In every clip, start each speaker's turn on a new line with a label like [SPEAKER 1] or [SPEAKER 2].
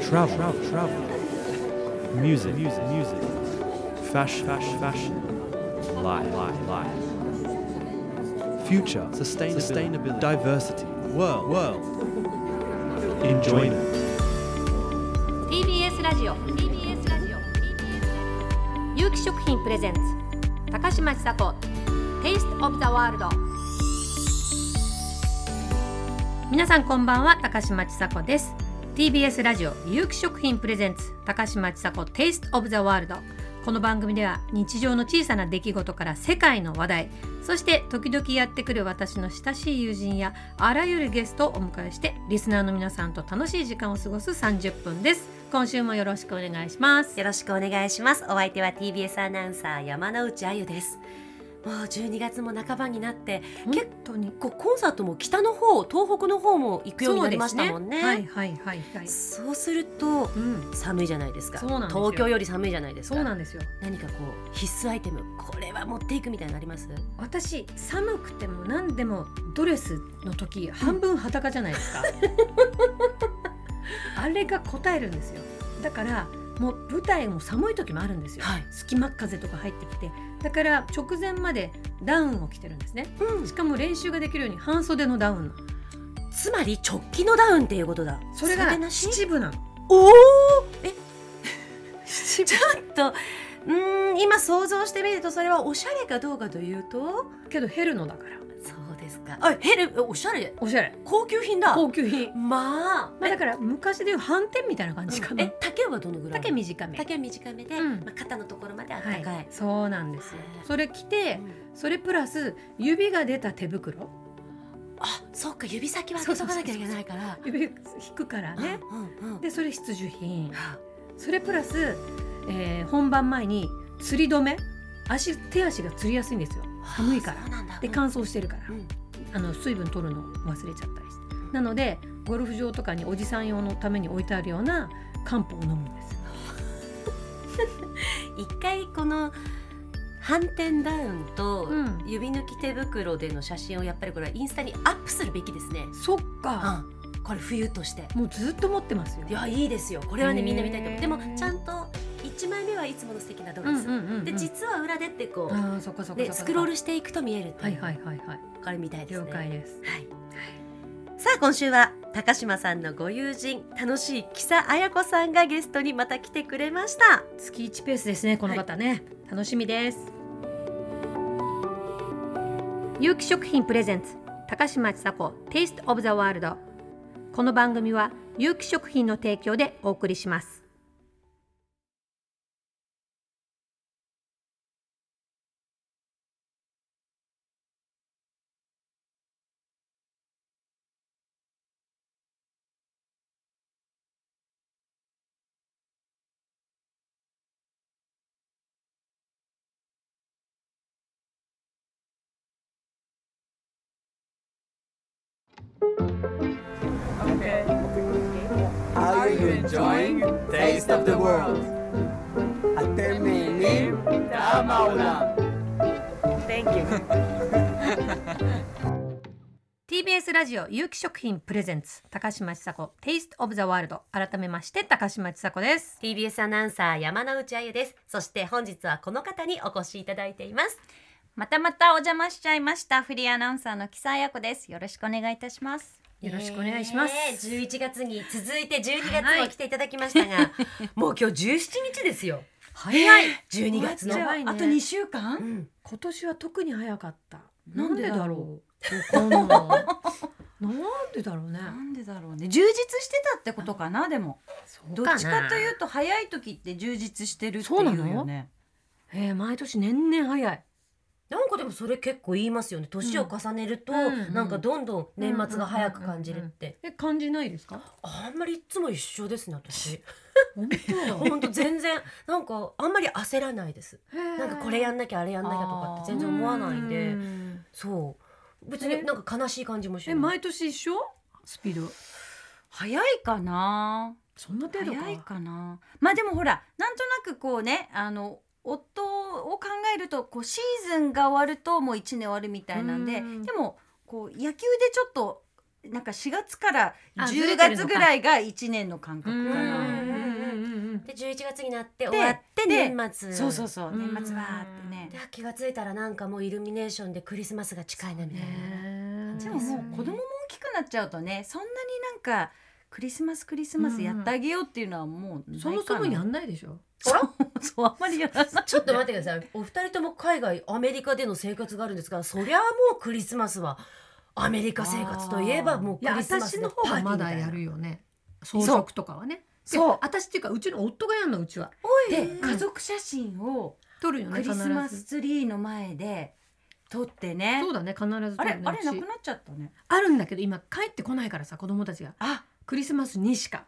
[SPEAKER 1] travel, travel, travel. Music, music, music. Fashion, fashion, fashion. Life, life, life. Future, sustainability, diversity, world, world. Enjoyment.
[SPEAKER 2] TBS ラジオ TBS ラジオ TBS 有機食品プレゼンツ高嶋ちさ子 Taste of the World 皆さんこんばんは高嶋ちさ子です TBS ラジオ有機食品プレゼンツ高嶋ちさ子 Taste of the World この番組では日常の小さな出来事から世界の話題そして時々やってくる私の親しい友人やあらゆるゲストをお迎えしてリスナーの皆さんと楽しい時間を過ごす30分です今週もよろしくお願いします
[SPEAKER 3] よろしくお願いします。お相手は TBS アナウンサー山之内あゆです。もう12月も半ばになって、
[SPEAKER 2] 本当に
[SPEAKER 3] こうコンサートも北の方、東北の方も行くようになりましたもんね。
[SPEAKER 2] そうですはいはいはいはい。
[SPEAKER 3] そうすると
[SPEAKER 2] うん、
[SPEAKER 3] 寒いじゃないですか。
[SPEAKER 2] そうなんですよ
[SPEAKER 3] 東京より寒いじゃないです
[SPEAKER 2] そうな
[SPEAKER 3] か。
[SPEAKER 2] んですよ。
[SPEAKER 3] 何かこう必須アイテム、これは持っていくみたいになのあります。
[SPEAKER 2] 私寒くても何でもドレスの時半分裸じゃないですか。あれが答えるんですよ。だからもう舞台も寒い時もあるんですよ。
[SPEAKER 3] はい。
[SPEAKER 2] 隙間風とか入ってきて、だから直前までダウンを着てるんですね。
[SPEAKER 3] うん
[SPEAKER 2] し。かも練習ができるように半袖のダウンなの。
[SPEAKER 3] つまり直帰のダウンっていうことだ。
[SPEAKER 2] それ
[SPEAKER 3] 袖
[SPEAKER 2] が
[SPEAKER 3] なし
[SPEAKER 2] 七分なの。
[SPEAKER 3] おお。え、
[SPEAKER 2] 七
[SPEAKER 3] ちょっと。うーん今想像してみるとそれはおしゃれかどうかというと
[SPEAKER 2] けど減るのだから。
[SPEAKER 3] そうですか。あ、ヘル、おしゃれ、
[SPEAKER 2] おしゃれ。
[SPEAKER 3] 高級品だ。
[SPEAKER 2] 高級品。
[SPEAKER 3] まあ、
[SPEAKER 2] まあだ
[SPEAKER 3] ら、
[SPEAKER 2] から昔でいう反転みたいな感じかな。
[SPEAKER 3] え、丈はどのぐらい？
[SPEAKER 2] 丈短め。
[SPEAKER 3] 丈短めで、
[SPEAKER 2] うん
[SPEAKER 3] まあ肩のところまであった
[SPEAKER 2] は
[SPEAKER 3] かい。
[SPEAKER 2] い、そうなんですよ
[SPEAKER 3] はい
[SPEAKER 2] それ着
[SPEAKER 3] う
[SPEAKER 2] て
[SPEAKER 3] ん
[SPEAKER 2] それプラス指が出た手袋
[SPEAKER 3] あ、そっか、指先は開けとかなきゃいけないから。
[SPEAKER 2] 指引くからね
[SPEAKER 3] うんうん。
[SPEAKER 2] でそれ必需品
[SPEAKER 3] は
[SPEAKER 2] それプラス、えー本番前に釣り止め足手足が釣りやすいんですよ
[SPEAKER 3] あ、
[SPEAKER 2] 寒いから
[SPEAKER 3] そうなんだ。
[SPEAKER 2] で乾燥してるから
[SPEAKER 3] うん。
[SPEAKER 2] あの水分取るの忘れちゃったりしてなのでゴルフ場とかにおじさん用のために置いてあるような漢方を飲むんです
[SPEAKER 3] 一回この反転ダウンと
[SPEAKER 2] うん
[SPEAKER 3] 指抜き手袋での写真をやっぱりこれはインスタにアップするべきですね。
[SPEAKER 2] そっか、
[SPEAKER 3] うん。これ冬として。
[SPEAKER 2] もうずっと持ってますよ
[SPEAKER 3] いやいいですよ。これはねみんな見たいと思う。
[SPEAKER 2] へー
[SPEAKER 3] でもちゃんと一枚目はいつもの素敵なドレス。
[SPEAKER 2] うんうんうんうん
[SPEAKER 3] で実は裏でってこ
[SPEAKER 2] あーそっかそ
[SPEAKER 3] う
[SPEAKER 2] っかそっ
[SPEAKER 3] で
[SPEAKER 2] か
[SPEAKER 3] スクロールしていくと見えるって、
[SPEAKER 2] はいいうはいはいはい
[SPEAKER 3] これみたいです
[SPEAKER 2] 了
[SPEAKER 3] ね。
[SPEAKER 2] 解です
[SPEAKER 3] はい。さあ今週は高島さんのご友人楽しい木佐彩子さんがゲストにまた来てくれました。
[SPEAKER 2] 月一ペースですねこの方ね、楽しみです有機食品プレゼンツ高嶋千佐子 Taste of the World この番組は有機食品の提供でお送りします
[SPEAKER 4] Are you enjoying Taste of the World? אתם נהנים טעם העולם.
[SPEAKER 2] TBS ラジオ有機食品プレゼンツ高嶋千佐子 Taste of the World 改めまして高嶋千佐子です
[SPEAKER 3] TBS アナウンサー山内あゆです。そして本日はこの方にお越しいただいています。
[SPEAKER 5] またまたお邪魔しちゃいましたフリーアナウンサーの木佐彩子ですよろしくお願いいたします
[SPEAKER 2] よろしくお願いします、
[SPEAKER 3] ねえ11月に続いて12月も来ていただきましたが、 もう今日17日ですよ。
[SPEAKER 2] 早い
[SPEAKER 3] 12月の
[SPEAKER 2] 終わっちゃう。あと二
[SPEAKER 5] 2週間
[SPEAKER 3] うん
[SPEAKER 2] 今年は特に早かった
[SPEAKER 5] なんでだろ
[SPEAKER 2] うなんでだろうなんでだろうね
[SPEAKER 5] なんでだろうね充実してたってことかなでも
[SPEAKER 2] そう
[SPEAKER 5] どっ
[SPEAKER 2] かな
[SPEAKER 5] ちかというと早い時って充実してるってい
[SPEAKER 2] そう
[SPEAKER 5] う
[SPEAKER 2] なの
[SPEAKER 5] よね
[SPEAKER 2] えー、毎年年々早い
[SPEAKER 3] なんかでもそれ結構言いますよね。年を重ねると、
[SPEAKER 2] うん
[SPEAKER 3] なんかどんどん年末が早く感じるって。
[SPEAKER 2] え感じないですか
[SPEAKER 3] あんまりいつも一緒ですね、私。
[SPEAKER 2] 本
[SPEAKER 3] ほんと全然、なんかあんまり焦らないです。
[SPEAKER 2] 当な
[SPEAKER 3] なんかこれやんなきゃあれやんなきゃとかって全然思わないんで、そう。別になんか悲しい感じもしな
[SPEAKER 2] え
[SPEAKER 3] い。
[SPEAKER 2] 毎年一緒スピード
[SPEAKER 5] 早いかな
[SPEAKER 2] そんな程度か
[SPEAKER 5] 早いかなまあでもほらなんとなくこうねあの夫を考えるとこうシーズンが終わるともう1年終わるみたいなんで
[SPEAKER 2] うん
[SPEAKER 5] でもこう野球でちょっとなんか4月から
[SPEAKER 2] あずれてる
[SPEAKER 5] 10
[SPEAKER 2] のか
[SPEAKER 5] 月ぐらいが1年の感覚か
[SPEAKER 2] うん
[SPEAKER 5] な。
[SPEAKER 3] で11月になって
[SPEAKER 5] で
[SPEAKER 3] 終わって
[SPEAKER 5] で
[SPEAKER 3] 年末
[SPEAKER 5] そうそうそううん年末はーってね
[SPEAKER 3] で。気がついたらなんかもうイルミネーションでクリスマスが近いなみたいな、
[SPEAKER 5] で
[SPEAKER 2] で
[SPEAKER 5] ももう子供も大きくなっちゃうとねそんなになんかクリスマスクリスマスやってあげようっていうのはもうないか
[SPEAKER 2] そ
[SPEAKER 5] な
[SPEAKER 2] もそもやんないでしょ
[SPEAKER 5] そう そうあんまりやらない。
[SPEAKER 3] ちょっと待ってくださいお二人とも海外アメリカでの生活があるんですがそりゃもうクリスマスはアメリカ生活といえばもう
[SPEAKER 2] い
[SPEAKER 3] ク
[SPEAKER 2] や
[SPEAKER 3] リスマス
[SPEAKER 2] 私の
[SPEAKER 3] パ
[SPEAKER 2] 方
[SPEAKER 3] ーティ
[SPEAKER 2] が
[SPEAKER 3] ー
[SPEAKER 2] ま
[SPEAKER 3] み
[SPEAKER 2] だ
[SPEAKER 3] たいな
[SPEAKER 2] やるよね装飾とかはね
[SPEAKER 5] そう
[SPEAKER 2] で私っていうかうちの夫がやるのうちは
[SPEAKER 5] で家族写真を
[SPEAKER 2] 撮るよね
[SPEAKER 5] クリ
[SPEAKER 2] 必ず
[SPEAKER 5] スマスツリーの前で撮ってね
[SPEAKER 2] そうだね必ず
[SPEAKER 5] あ
[SPEAKER 2] 撮
[SPEAKER 5] れ
[SPEAKER 2] るね
[SPEAKER 5] あれな
[SPEAKER 2] う
[SPEAKER 5] く
[SPEAKER 2] ち
[SPEAKER 5] なっちゃったね
[SPEAKER 2] あるんだけど今帰ってこないからさ子供たちが
[SPEAKER 5] あ
[SPEAKER 2] クリスマスにしか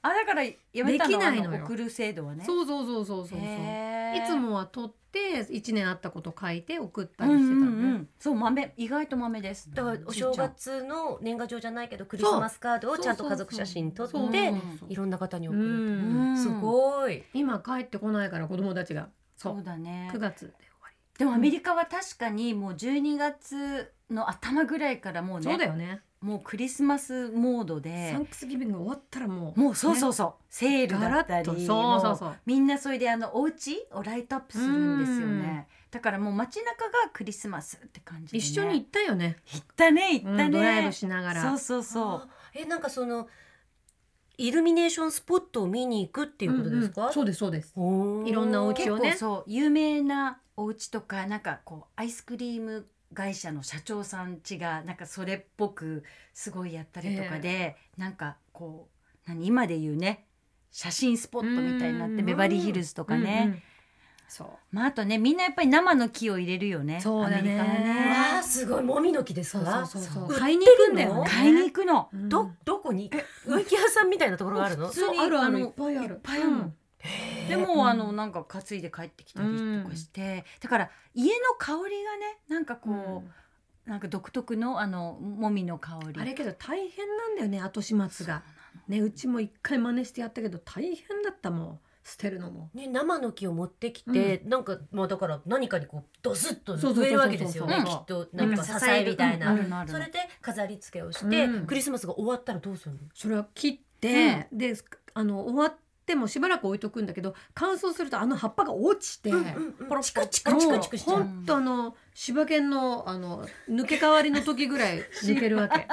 [SPEAKER 5] あだからやめたの
[SPEAKER 2] できないのよ
[SPEAKER 5] あ送る制度はね
[SPEAKER 2] そうそうそうそうそうそうい
[SPEAKER 5] い
[SPEAKER 2] つもは撮って一年あったこと書いて送った
[SPEAKER 5] う
[SPEAKER 2] り
[SPEAKER 5] んう
[SPEAKER 2] してた
[SPEAKER 5] ん
[SPEAKER 2] ん
[SPEAKER 5] う
[SPEAKER 2] で、
[SPEAKER 5] んそう豆意外と豆です
[SPEAKER 3] だからお正月の年賀状じゃないけどクリスマスカードをちゃんと家族写真撮っ
[SPEAKER 2] そうそう
[SPEAKER 3] て
[SPEAKER 2] そう
[SPEAKER 3] いろんな方に
[SPEAKER 2] う
[SPEAKER 3] 送る、
[SPEAKER 2] ん
[SPEAKER 3] すごい
[SPEAKER 2] 今帰ってこないから子供たちがそ
[SPEAKER 5] そううだね
[SPEAKER 2] 9月で
[SPEAKER 5] でもアメリカは確かにもう12月の頭ぐらいからもう
[SPEAKER 2] 終わり、そうだ
[SPEAKER 5] ね
[SPEAKER 2] よね、
[SPEAKER 5] もうクリスマスモード
[SPEAKER 2] サ
[SPEAKER 5] で
[SPEAKER 2] ンクスギビング終わったらもう
[SPEAKER 5] もうそうそううそう、セールだった
[SPEAKER 2] ガラッ
[SPEAKER 5] り
[SPEAKER 2] と
[SPEAKER 5] も
[SPEAKER 2] そうそうそう
[SPEAKER 5] みんなそれであのお家をライトアップするんですよねだからもう街中がクリスマスって感じで、ね、
[SPEAKER 2] 一緒に行ったよね
[SPEAKER 5] 行ったね行ったね、
[SPEAKER 2] うんドライブしながら
[SPEAKER 5] そうそうそう
[SPEAKER 3] えなんかそのイルミネーションスポットを見に行くっていうことですか、
[SPEAKER 2] うんうんそうですそうです
[SPEAKER 3] ほー
[SPEAKER 2] いろんなお家
[SPEAKER 5] 結
[SPEAKER 2] 一応
[SPEAKER 5] 構
[SPEAKER 2] ね
[SPEAKER 5] そう有名なお家とかなんかこうアイスクリーム会社の社長さんちがなんかそれっぽくすごいやったりとかで、なんかこう何今で言うね写真スポットみたいになっ
[SPEAKER 2] う
[SPEAKER 5] て
[SPEAKER 2] ん
[SPEAKER 5] ベバリーヒルズとかね、
[SPEAKER 2] うんうんそう
[SPEAKER 5] まああとねみんなやっぱり生の木を入れるよね
[SPEAKER 2] そうだね
[SPEAKER 5] アメリカは
[SPEAKER 3] わあ
[SPEAKER 5] ね
[SPEAKER 3] すごいもみの木です
[SPEAKER 2] そう
[SPEAKER 3] か
[SPEAKER 2] そうそう
[SPEAKER 3] 売ってるの
[SPEAKER 2] 買いに行くんだよね
[SPEAKER 5] 買いに行くの、
[SPEAKER 2] うん
[SPEAKER 3] どどこに植木屋さんみたいなところがある の
[SPEAKER 5] 普通に
[SPEAKER 2] そうあるある
[SPEAKER 5] あの
[SPEAKER 2] いっぱいある
[SPEAKER 5] いっぱいあるの
[SPEAKER 2] うん
[SPEAKER 5] で
[SPEAKER 2] うん
[SPEAKER 5] もあのなんか担いで帰ってきたりとかして、だから家の香りがねなんかこう、なんか独特のあのもみの香り
[SPEAKER 2] あれけど大変なんだよね後始末がねうちも一回真似してやったけど大変だったもん捨てるのも
[SPEAKER 3] ね、生の木を持ってきて、なんかまあだから何かにこうドスッと植えるわけですよね
[SPEAKER 2] そう
[SPEAKER 3] き
[SPEAKER 2] そう
[SPEAKER 3] っと
[SPEAKER 2] そ
[SPEAKER 3] な
[SPEAKER 2] う
[SPEAKER 3] んか支えみたいな、
[SPEAKER 5] うんあるのあるの
[SPEAKER 3] それで飾り付けをして、
[SPEAKER 2] うん
[SPEAKER 3] クリスマスが終わったらどうするの
[SPEAKER 2] それは切って、であの終わってもしばらく置いとくんだけど乾燥するとあの葉っぱが落ちて、
[SPEAKER 3] うんうん、チクチクチクチクしちゃう
[SPEAKER 2] 本当あの柴犬のあの抜け替わりの時ぐ らい抜けるわけ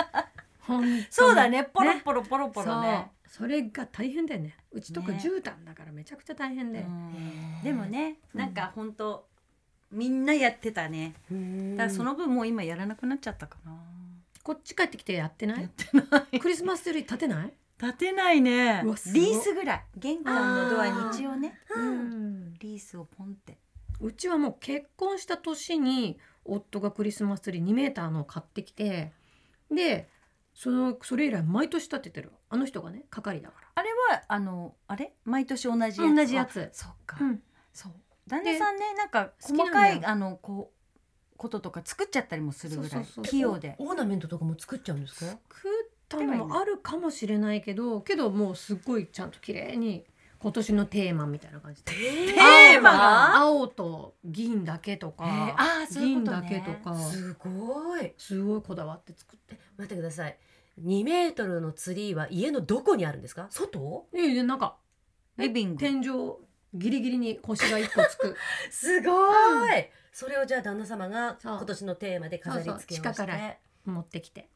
[SPEAKER 2] ほんとに
[SPEAKER 5] そうだねポロポロポロポロね
[SPEAKER 2] そうそれが大変だよねうちとか
[SPEAKER 5] ね
[SPEAKER 2] 絨毯だからめちゃくちゃ大変で、
[SPEAKER 5] うんでもねなんか本当みんなやってたね
[SPEAKER 3] うん
[SPEAKER 5] だからその分もう今やらなくなっちゃったかな、
[SPEAKER 2] こっち帰ってきてやってな
[SPEAKER 5] やっ
[SPEAKER 2] い
[SPEAKER 5] てない
[SPEAKER 2] クリスマスツリー立てない、
[SPEAKER 5] 立てないね
[SPEAKER 2] うわすごい
[SPEAKER 5] リースぐらい玄関のドアに一応ね
[SPEAKER 2] うん
[SPEAKER 5] リースをポンって
[SPEAKER 2] うちはもう結婚した年に夫がクリスマスツリー2メーターのを買ってきてでそのそれ以来毎年立ててるあの人がね係だか
[SPEAKER 5] あれはあのあれ毎年同じやつ
[SPEAKER 2] ら同じやつ
[SPEAKER 5] そうか、
[SPEAKER 2] うん
[SPEAKER 5] そう旦那さんねなんか細
[SPEAKER 2] 好きな
[SPEAKER 5] か
[SPEAKER 2] んだ
[SPEAKER 5] い
[SPEAKER 2] よ
[SPEAKER 5] あのこうこととか作っちゃったりもするぐ
[SPEAKER 2] そ
[SPEAKER 5] ら
[SPEAKER 2] う
[SPEAKER 5] い
[SPEAKER 2] そうそう
[SPEAKER 5] 器用で
[SPEAKER 3] オーナメントとかも作っちゃうんですか
[SPEAKER 2] 食ったのもあるかもしれないけどけどもうすっごいちゃんと綺麗に今年のテーマみたいな感じで
[SPEAKER 3] テ
[SPEAKER 5] ーマ
[SPEAKER 2] 青と銀だけと
[SPEAKER 5] へー
[SPEAKER 2] か
[SPEAKER 5] あーそういうこ
[SPEAKER 2] 銀
[SPEAKER 5] と
[SPEAKER 2] だ
[SPEAKER 5] ね
[SPEAKER 2] けとか
[SPEAKER 3] すごい
[SPEAKER 2] すごいこだわって作って
[SPEAKER 3] 待ってください2メートルのツリーは家のどこにあるんですか外
[SPEAKER 2] いやいやなんか
[SPEAKER 5] リビング
[SPEAKER 2] 天井ギリギリに星が一個つく
[SPEAKER 3] すごい、それをじゃあ旦那様が
[SPEAKER 2] そう
[SPEAKER 3] 今年のテーマで飾り付けをして
[SPEAKER 2] そうそう地下から持ってきて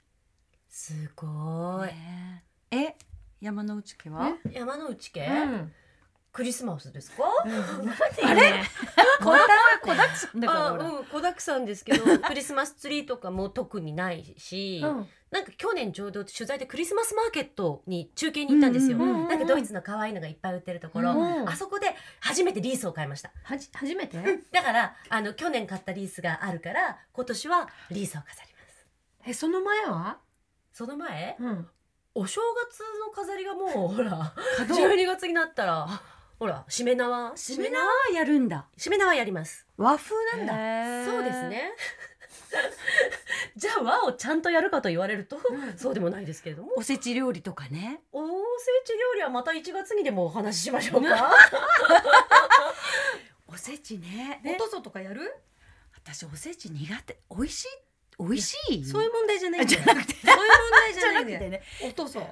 [SPEAKER 3] すごい、
[SPEAKER 5] ねえ山之内家は
[SPEAKER 2] ね
[SPEAKER 3] 山之内家、
[SPEAKER 2] うん
[SPEAKER 3] クリスマスですか、
[SPEAKER 2] あれ
[SPEAKER 5] 小小だくさんだから
[SPEAKER 3] あ
[SPEAKER 5] ほら
[SPEAKER 3] うん子だくさんですけ どクリスマスツリーとかも特にないし、
[SPEAKER 2] うん
[SPEAKER 3] なんか去年ちょうど取材でクリスマスマーケットに中継に行ったんですよ、
[SPEAKER 2] うんうんうんうん
[SPEAKER 3] なんかドイツの可愛いのがいっぱい売ってるところ、
[SPEAKER 2] うん
[SPEAKER 3] あそこで初めてリースを買いました
[SPEAKER 2] はじ初めて
[SPEAKER 3] だからあの去年買ったリースがあるから今年はリースを飾ります
[SPEAKER 2] えその前は、
[SPEAKER 3] その前
[SPEAKER 2] うん、
[SPEAKER 3] お正月の飾りがもう ほら
[SPEAKER 5] 角
[SPEAKER 3] 12月になったらほらしめ縄
[SPEAKER 5] しめ縄やるんだ
[SPEAKER 3] しめ縄やります
[SPEAKER 5] 和風なんだ
[SPEAKER 3] そうですね。 じゃあ和をちゃんとやるかと言われると、そうでもないですけれども
[SPEAKER 5] おせち料理とかね
[SPEAKER 3] おせち料理はまた1月にでもお話ししましょうか
[SPEAKER 5] おせちね
[SPEAKER 2] とそとかやる
[SPEAKER 5] 私おせち苦手美味しい美味しい
[SPEAKER 2] そういう問題じゃないんだ
[SPEAKER 5] じ
[SPEAKER 2] よ
[SPEAKER 5] ゃなくて
[SPEAKER 2] そういう問題じ
[SPEAKER 5] じ
[SPEAKER 2] ゃな
[SPEAKER 5] ゃない
[SPEAKER 2] ん
[SPEAKER 5] く
[SPEAKER 2] だ
[SPEAKER 5] て
[SPEAKER 2] よ
[SPEAKER 5] ね
[SPEAKER 2] 落とそう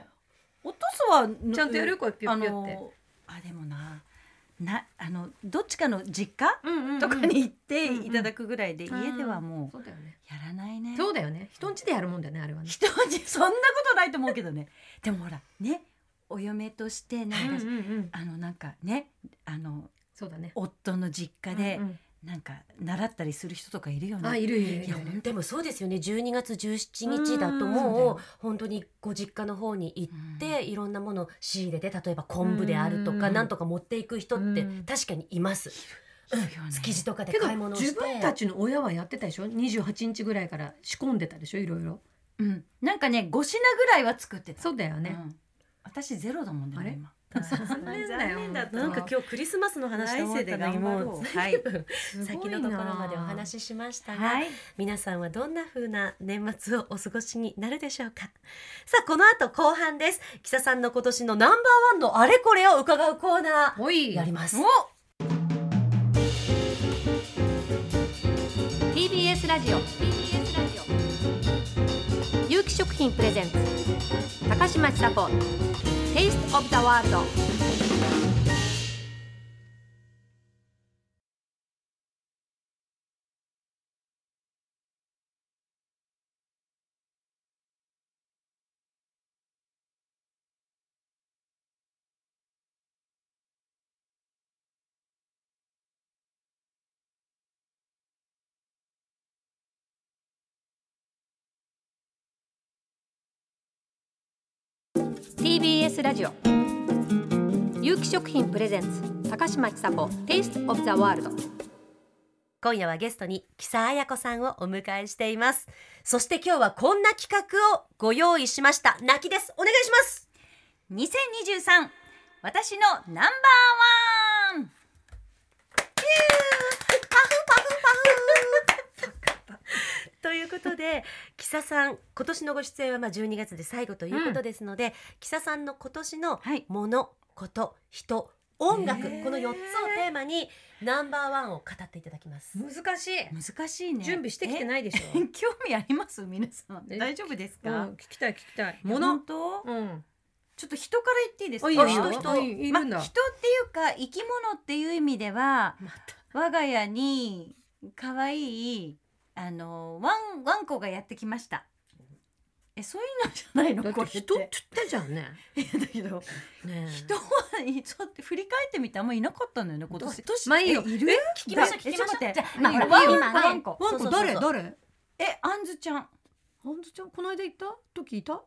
[SPEAKER 5] 落とすは
[SPEAKER 2] ちゃんとやる声ピュ
[SPEAKER 5] あ
[SPEAKER 2] ッピュって
[SPEAKER 5] のあでもななあのどっちかの実家
[SPEAKER 2] うんうんうん
[SPEAKER 5] とかに行って
[SPEAKER 2] うんうん
[SPEAKER 5] いただくぐらいで、
[SPEAKER 2] うん
[SPEAKER 5] 家ではも
[SPEAKER 2] そうだよね
[SPEAKER 5] うやらないね。
[SPEAKER 2] そうだよね人ん家でやるもんだよねあれはね
[SPEAKER 5] 人にそんなことないと思うけどね。でもほらねお嫁としてなんか、
[SPEAKER 2] うんうんうん
[SPEAKER 5] あのなんかねあの
[SPEAKER 2] そうだね
[SPEAKER 5] 夫の実家で
[SPEAKER 2] うん
[SPEAKER 5] なんか習ったりする人とかいるよ
[SPEAKER 2] うん
[SPEAKER 5] ね。
[SPEAKER 2] あいるいるいる
[SPEAKER 5] いや本
[SPEAKER 3] でもそうですよね12月17日だともう本当にご実家の方に行っていろんなものを仕入れて例えば昆布であるとか
[SPEAKER 2] うん
[SPEAKER 3] なんとか持っていく人って
[SPEAKER 2] うん
[SPEAKER 3] 確かにいます
[SPEAKER 5] 当にいるよね
[SPEAKER 3] 築地とかで
[SPEAKER 2] けど
[SPEAKER 3] 買い物をして
[SPEAKER 2] 自分たちの親はやってたでしょ28日ぐらいから仕込んでたでしょいろいろ
[SPEAKER 5] うん、なんかね5品ぐらいは作ってた。
[SPEAKER 2] そうだよ
[SPEAKER 5] う
[SPEAKER 2] ね、
[SPEAKER 5] ん、私ゼロだもんね
[SPEAKER 2] あれ
[SPEAKER 5] 今。
[SPEAKER 2] 残念だよ
[SPEAKER 6] 残念だった
[SPEAKER 2] 本
[SPEAKER 6] なん
[SPEAKER 2] 当
[SPEAKER 6] か今日クリスマスの話と思ったのに
[SPEAKER 5] 来世で頑張ろ
[SPEAKER 6] も
[SPEAKER 5] う
[SPEAKER 6] うはい
[SPEAKER 2] すごいな
[SPEAKER 6] 先のところまでお話
[SPEAKER 3] ししましたが、
[SPEAKER 5] はい。
[SPEAKER 6] 皆さんはどんな風な年末をお過ごしになるでしょうかさあこの後後半です木佐さんの今年のナンバーワンのあれこれを伺うコーナー
[SPEAKER 2] おい
[SPEAKER 3] やります。
[SPEAKER 2] TBS ラジオ TBS ラジオ有機食品プレゼンツ高嶋ちさ子 Taste of the World
[SPEAKER 7] TBS ラジオ有機食品プレゼンツ高嶋ちさ子 Taste of the World
[SPEAKER 6] 今夜はゲストに木佐彩子さんをお迎えしていますそして今日はこんな企画をご用意しました泣きですお願いします
[SPEAKER 5] 2023私のナンバーワン
[SPEAKER 6] ということで木佐さん今年のご出演はまあ12月で最後ということですので、木佐さんの今年の
[SPEAKER 5] はい
[SPEAKER 6] もの、こと人音楽、
[SPEAKER 2] ねえ
[SPEAKER 6] この4つをテーマにナンバーワンを語っていただきます
[SPEAKER 2] 難しい
[SPEAKER 5] 難しいね
[SPEAKER 2] 準備してきて
[SPEAKER 5] い
[SPEAKER 2] ないでしょ、
[SPEAKER 5] 興味あります皆さん
[SPEAKER 2] え
[SPEAKER 5] 大丈夫です
[SPEAKER 2] うん、
[SPEAKER 5] か
[SPEAKER 2] 聞きたい聞きたいも
[SPEAKER 5] も
[SPEAKER 2] の
[SPEAKER 5] のと
[SPEAKER 2] うん
[SPEAKER 5] ちょっと人から言っていいですか
[SPEAKER 2] あいい
[SPEAKER 6] よ
[SPEAKER 5] 人
[SPEAKER 6] 人
[SPEAKER 5] 人
[SPEAKER 6] 人
[SPEAKER 2] いい
[SPEAKER 5] ま
[SPEAKER 2] るんだ
[SPEAKER 5] 人っていうか生き物っていう意味では我が家に可愛いあのワンワンコがやってきましたえそういうのじゃないの
[SPEAKER 2] だ
[SPEAKER 5] こ
[SPEAKER 2] っ
[SPEAKER 5] れ
[SPEAKER 2] て
[SPEAKER 5] っ
[SPEAKER 2] 人って
[SPEAKER 5] て
[SPEAKER 2] 言ったじゃん ね
[SPEAKER 5] いやだけど
[SPEAKER 2] ね
[SPEAKER 5] 人はいそう振り返ってみてあんまいなかったのよね今年
[SPEAKER 2] まあいいよ
[SPEAKER 5] えいる
[SPEAKER 6] 聞きましょう聞きましょう
[SPEAKER 5] えちょっと待って
[SPEAKER 6] じゃあ
[SPEAKER 5] まあ
[SPEAKER 6] いいよ
[SPEAKER 5] ワン
[SPEAKER 6] 今ね
[SPEAKER 5] ワンコ
[SPEAKER 2] ワン
[SPEAKER 6] そうそうそ
[SPEAKER 2] コ
[SPEAKER 6] う
[SPEAKER 2] 誰
[SPEAKER 6] そう
[SPEAKER 2] 誰
[SPEAKER 5] えあんずちゃん
[SPEAKER 2] ほんとちゃんこの間行った時いた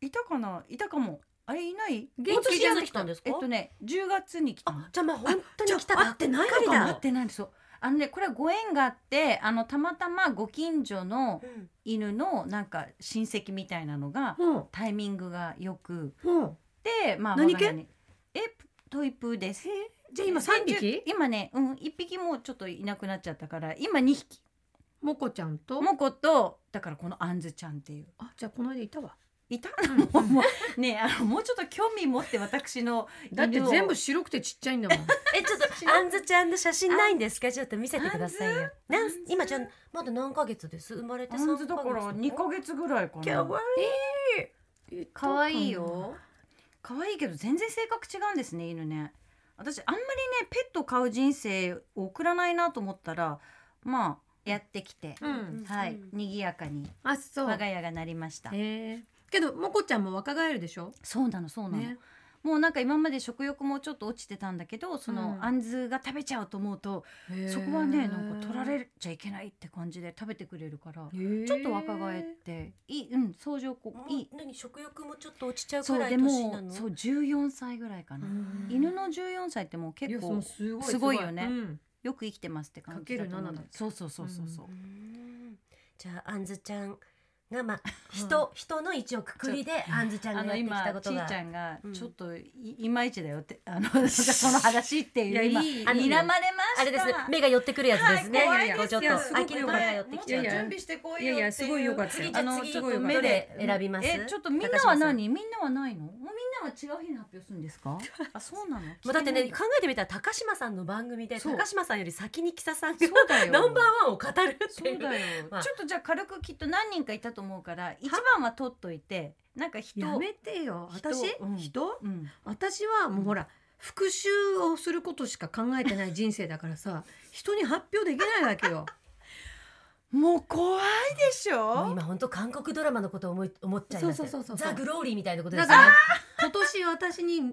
[SPEAKER 5] いたかないたかもあれいない
[SPEAKER 2] 元気
[SPEAKER 3] じゃなくてたんですか
[SPEAKER 5] えっとね10月に来たの
[SPEAKER 3] あじゃあまあ本当に来た
[SPEAKER 5] じゃあ
[SPEAKER 3] ばっかりだ
[SPEAKER 5] 会ってないのかも会ってないですよあのねこれはご縁があってあのたまたまご近所の
[SPEAKER 6] うん
[SPEAKER 5] 犬のなんか親戚みたいなのが
[SPEAKER 2] うん
[SPEAKER 5] タイミングがよく
[SPEAKER 2] うん
[SPEAKER 5] でまあ
[SPEAKER 2] 何
[SPEAKER 5] 我が
[SPEAKER 2] 犬
[SPEAKER 5] 家にえトイプーです
[SPEAKER 2] じゃあ今三匹
[SPEAKER 5] 今ねうん一匹もうちょっといなくなっちゃったから今二匹
[SPEAKER 2] もこちゃんと
[SPEAKER 5] モコとだからこのあんずちゃんっていう
[SPEAKER 2] あじゃあこの間いたわ
[SPEAKER 5] いたもうもうねあのもうちょっと興味持って私の
[SPEAKER 2] だって
[SPEAKER 5] 犬を
[SPEAKER 2] 全部白くてちっちゃいん だもん
[SPEAKER 6] えちょっとあんずちゃんの写真ないんですかちょっと見せてくださいよなん今じゃあまだ何ヶ月です生まれて
[SPEAKER 5] あ
[SPEAKER 6] 3ヶ
[SPEAKER 5] ん
[SPEAKER 6] 月
[SPEAKER 5] ずだから二ヶ月ぐらいかな
[SPEAKER 2] 可愛いよ
[SPEAKER 5] 可愛いけど全然性格違うんですね犬ね私あんまりねペット飼う人生を送らないなと思ったらまあやってきて、
[SPEAKER 2] うん
[SPEAKER 5] はい賑やかに
[SPEAKER 2] あそう
[SPEAKER 5] 我が家がなりました
[SPEAKER 2] へえけどもこちゃんも若返るでしょ
[SPEAKER 5] そうなのそうなの、
[SPEAKER 2] ね
[SPEAKER 5] もうなんか今まで食欲もちょっと落ちてたんだけどその、
[SPEAKER 2] うん
[SPEAKER 5] あんずが食べちゃうと思うとそこはねなんか取られちゃいけないって感じで食べてくれるから
[SPEAKER 2] ち
[SPEAKER 5] ちょっと若返っていいうん相乗効果いい
[SPEAKER 6] 何食欲もちょっと落ちちゃうく
[SPEAKER 5] そう
[SPEAKER 6] らい
[SPEAKER 5] で
[SPEAKER 6] 年
[SPEAKER 5] も
[SPEAKER 6] なの
[SPEAKER 5] そう14歳ぐらいかな、犬の14歳ってもう結
[SPEAKER 2] 結
[SPEAKER 5] 構
[SPEAKER 2] 構すごい
[SPEAKER 5] すごいよね
[SPEAKER 2] うん
[SPEAKER 5] よく生きてますって感じだと思うん
[SPEAKER 2] かける7だっけ
[SPEAKER 5] そうそうそうそうそう
[SPEAKER 6] うーんじゃああんずちゃん
[SPEAKER 3] がまあ人人の一応くくりであんずちゃんが
[SPEAKER 5] あの
[SPEAKER 3] やってき
[SPEAKER 5] 今
[SPEAKER 3] たこと
[SPEAKER 5] ち
[SPEAKER 3] が
[SPEAKER 5] いちゃんが
[SPEAKER 3] うん
[SPEAKER 5] ちょっとい,、まいちだよってあのなんかその話っていう今
[SPEAKER 2] いい
[SPEAKER 5] 睨まれました
[SPEAKER 3] あれですね目が寄ってくるやつですね、
[SPEAKER 5] はい怖い
[SPEAKER 3] こう
[SPEAKER 5] です
[SPEAKER 3] ちょ
[SPEAKER 5] よ
[SPEAKER 3] っと
[SPEAKER 5] す
[SPEAKER 2] ご
[SPEAKER 3] 飽
[SPEAKER 2] く
[SPEAKER 3] き
[SPEAKER 2] よ
[SPEAKER 3] る
[SPEAKER 2] か
[SPEAKER 3] か
[SPEAKER 2] った
[SPEAKER 3] ら寄ってきちゃう
[SPEAKER 2] いやいや
[SPEAKER 5] 準備してこい
[SPEAKER 2] い
[SPEAKER 5] よ
[SPEAKER 2] や
[SPEAKER 5] っ
[SPEAKER 2] い
[SPEAKER 5] て
[SPEAKER 2] やす
[SPEAKER 5] いう
[SPEAKER 2] ごいよかった
[SPEAKER 3] 次じゃ
[SPEAKER 5] あ
[SPEAKER 3] あ
[SPEAKER 5] の
[SPEAKER 3] 次
[SPEAKER 5] ちょっと
[SPEAKER 3] ど
[SPEAKER 5] 目
[SPEAKER 3] れ
[SPEAKER 5] で
[SPEAKER 3] 選びます
[SPEAKER 5] えちょっとみんなは何みんなはないのもうみんなは違う日に発表するんですかあそうなの
[SPEAKER 3] もうだってね考えてみたら高島さんの番組で
[SPEAKER 5] そう
[SPEAKER 3] 高島さんより先に木佐さんが
[SPEAKER 5] そうだよ
[SPEAKER 3] ナンバーワンを語るって
[SPEAKER 5] そ
[SPEAKER 3] いうう
[SPEAKER 5] だよ、
[SPEAKER 3] まあ
[SPEAKER 5] ちょっとじゃあ軽くきっと何人かいたと思うから一番は取っといてなんか人
[SPEAKER 2] やめてよ私
[SPEAKER 5] 人うん
[SPEAKER 2] 人
[SPEAKER 5] うん
[SPEAKER 2] 私はもうほら復讐をすることしか考えてない人生だからさ人に発表できないわけよ
[SPEAKER 5] もう怖いでし
[SPEAKER 3] もう
[SPEAKER 5] ょ
[SPEAKER 3] 今本当韓国ドラマのことを思い思っちゃい
[SPEAKER 2] そう
[SPEAKER 3] ます
[SPEAKER 2] そうそうそう
[SPEAKER 3] ザ・グローリーみたいなことで
[SPEAKER 2] だ
[SPEAKER 3] す
[SPEAKER 2] か
[SPEAKER 3] ね
[SPEAKER 2] ら今年私に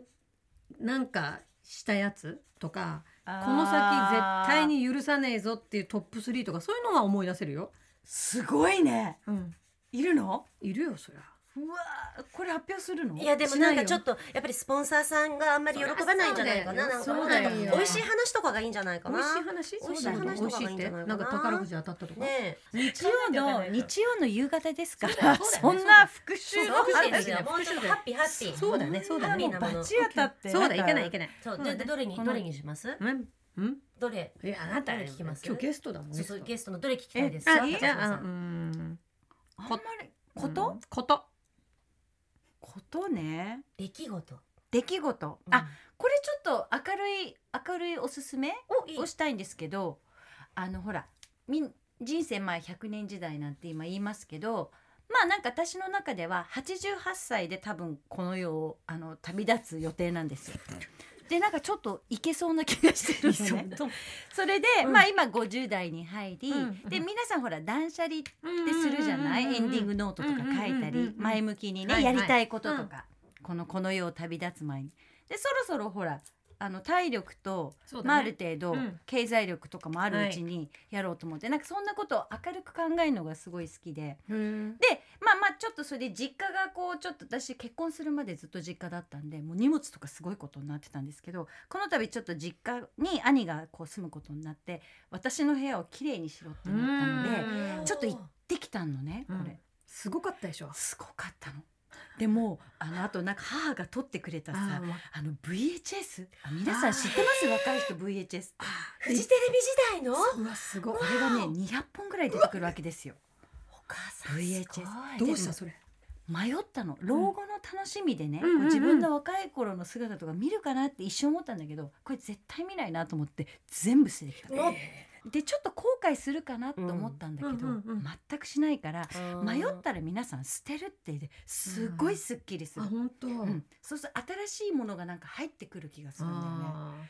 [SPEAKER 2] なんかしたやつとかこの先絶対に許さねえぞっていうトップ3とかそういうのは思い出せるよ、
[SPEAKER 5] すごいね
[SPEAKER 2] うん、
[SPEAKER 5] いるの
[SPEAKER 2] いるよそりゃ
[SPEAKER 5] うわーこれ発表するの
[SPEAKER 3] いやでも
[SPEAKER 2] し
[SPEAKER 3] な
[SPEAKER 2] な
[SPEAKER 3] いん
[SPEAKER 2] よ
[SPEAKER 3] かちょっとやっぱりスポンサーさんがあんまり喜ばないんじゃないかななん
[SPEAKER 2] そ
[SPEAKER 3] かも
[SPEAKER 2] り
[SPEAKER 3] ちょ
[SPEAKER 2] ゃそううだ
[SPEAKER 3] っ
[SPEAKER 2] よ
[SPEAKER 3] と美味しい話とかがいいんじゃないかな
[SPEAKER 2] 美味しい話
[SPEAKER 3] 美味しい話
[SPEAKER 2] そうだよ
[SPEAKER 3] とかがいいんじゃないかな
[SPEAKER 2] 美味しいってな
[SPEAKER 3] ん
[SPEAKER 2] か宝くじ当たったとか、
[SPEAKER 3] ねえ
[SPEAKER 5] 日曜の日曜の夕方ですからそ,、
[SPEAKER 2] そうだよね
[SPEAKER 5] んな復讐の
[SPEAKER 3] そうなんです
[SPEAKER 5] 話
[SPEAKER 3] よ
[SPEAKER 5] だ
[SPEAKER 3] もうちょっとハッピーハッピー
[SPEAKER 2] そうだねそうだね
[SPEAKER 3] ハッピーなもの
[SPEAKER 5] バチ当たって
[SPEAKER 2] そうだいけないいけ
[SPEAKER 5] ない
[SPEAKER 2] ない
[SPEAKER 3] そうででどれに
[SPEAKER 5] この
[SPEAKER 3] どれにします
[SPEAKER 2] うんうん
[SPEAKER 3] どれ
[SPEAKER 2] いやあなた
[SPEAKER 3] 誰聞きます
[SPEAKER 2] 今日ゲストだもん
[SPEAKER 3] そうそうゲストのどれ聞きたいですか
[SPEAKER 2] あ
[SPEAKER 3] 高島
[SPEAKER 2] じゃあ
[SPEAKER 3] さ
[SPEAKER 2] あうんん
[SPEAKER 5] あんまりこ
[SPEAKER 2] う
[SPEAKER 5] と
[SPEAKER 2] んこと
[SPEAKER 5] ことね
[SPEAKER 3] 出来事
[SPEAKER 5] 出来事、
[SPEAKER 3] うん
[SPEAKER 5] あこれちょっと明るい明るいおすすめ
[SPEAKER 3] おいい
[SPEAKER 5] をしたいんですけどあのほらみん人生前100年時代なんて今言いますけどまあなんか私の中では88歳で多分この世をあの旅立つ予定なんですよ。でなんかちょっといけそうな気がしてるん ですよね。それで、まあ今50代に入り、
[SPEAKER 2] うん
[SPEAKER 5] で皆さんほら断捨離って
[SPEAKER 2] って
[SPEAKER 5] するじゃない、エンディングノートとか書いたり、前向きにね、
[SPEAKER 2] はい
[SPEAKER 5] や
[SPEAKER 2] はい
[SPEAKER 5] りたいこととか、このこの世を旅立つ前に。でそろそろほらあの体力と、
[SPEAKER 2] そうだね
[SPEAKER 5] まあ、ある程度、
[SPEAKER 2] うん
[SPEAKER 5] 経済力とかもあるうちにやろうと思って、なんかそんなことを明るく考えるのがすごい好きででまあまあちょっとそれで実家がこうちょっと私結婚するまでずっと実家だったんでもう荷物とかすごいことになってたんですけどこの度ちょっと実家に兄がこう住むことになって私の部屋をきれいにしろってなったので。ちょっと行ってきたのねこ
[SPEAKER 2] うん
[SPEAKER 5] れ、
[SPEAKER 2] すごかったでしょ
[SPEAKER 5] すごかったの。でもあのあとなんか母が撮ってくれたさあ
[SPEAKER 2] ーわ
[SPEAKER 5] の VHS あ皆さん知ってます若い人 VHS って
[SPEAKER 3] フジテレビ時代の
[SPEAKER 2] うわすごい
[SPEAKER 5] これがね200本ぐらい出てくるわけですよ。
[SPEAKER 3] お母さん
[SPEAKER 5] VHS
[SPEAKER 3] すごい
[SPEAKER 2] どうしたそれ
[SPEAKER 5] 迷ったの老後の楽しみで
[SPEAKER 2] う
[SPEAKER 5] ね、
[SPEAKER 2] ん
[SPEAKER 5] こう
[SPEAKER 2] うんうんうん
[SPEAKER 5] 自分の若い頃の姿とか見るかなって一瞬思ったんだけどこれ絶対見ないなと思って全部捨ててきたの
[SPEAKER 3] もっ
[SPEAKER 5] でちょっと後悔するかなと思ったんだけど、
[SPEAKER 2] うんうんうんうん
[SPEAKER 5] 全くしないから
[SPEAKER 3] と
[SPEAKER 5] 迷ったら皆さん捨てるってすごいすっきりす
[SPEAKER 2] あ
[SPEAKER 5] る、
[SPEAKER 2] 本当
[SPEAKER 5] うん、そうすると新しいものがなんか入ってくる気がするんだよね
[SPEAKER 2] あ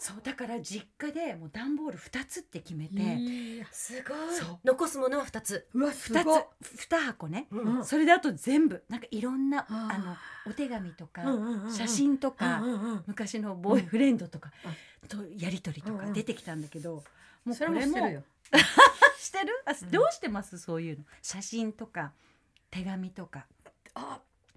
[SPEAKER 5] そうだから実家でもう段ボール2つって決めて、
[SPEAKER 2] ー
[SPEAKER 5] 2
[SPEAKER 2] いや
[SPEAKER 3] すごい
[SPEAKER 5] そう
[SPEAKER 3] 残すものは二つ
[SPEAKER 2] うわす
[SPEAKER 5] つ
[SPEAKER 2] ごい
[SPEAKER 5] 2箱ね、
[SPEAKER 3] うん
[SPEAKER 5] それであと全部なんかいろんな
[SPEAKER 2] あー
[SPEAKER 5] あのお手紙とか、
[SPEAKER 2] うんうんうんうん
[SPEAKER 5] 写真とか、
[SPEAKER 2] うんうんうん
[SPEAKER 5] 昔のボーイフレンドとか、とやり取りと
[SPEAKER 2] うん
[SPEAKER 5] か
[SPEAKER 2] うん
[SPEAKER 5] 出てきたんだけど、もう
[SPEAKER 2] それ
[SPEAKER 5] こ
[SPEAKER 2] も
[SPEAKER 5] れ
[SPEAKER 2] 捨
[SPEAKER 5] も
[SPEAKER 2] てるよ
[SPEAKER 5] あしてるあどうしてますそういうの写真とか手紙とか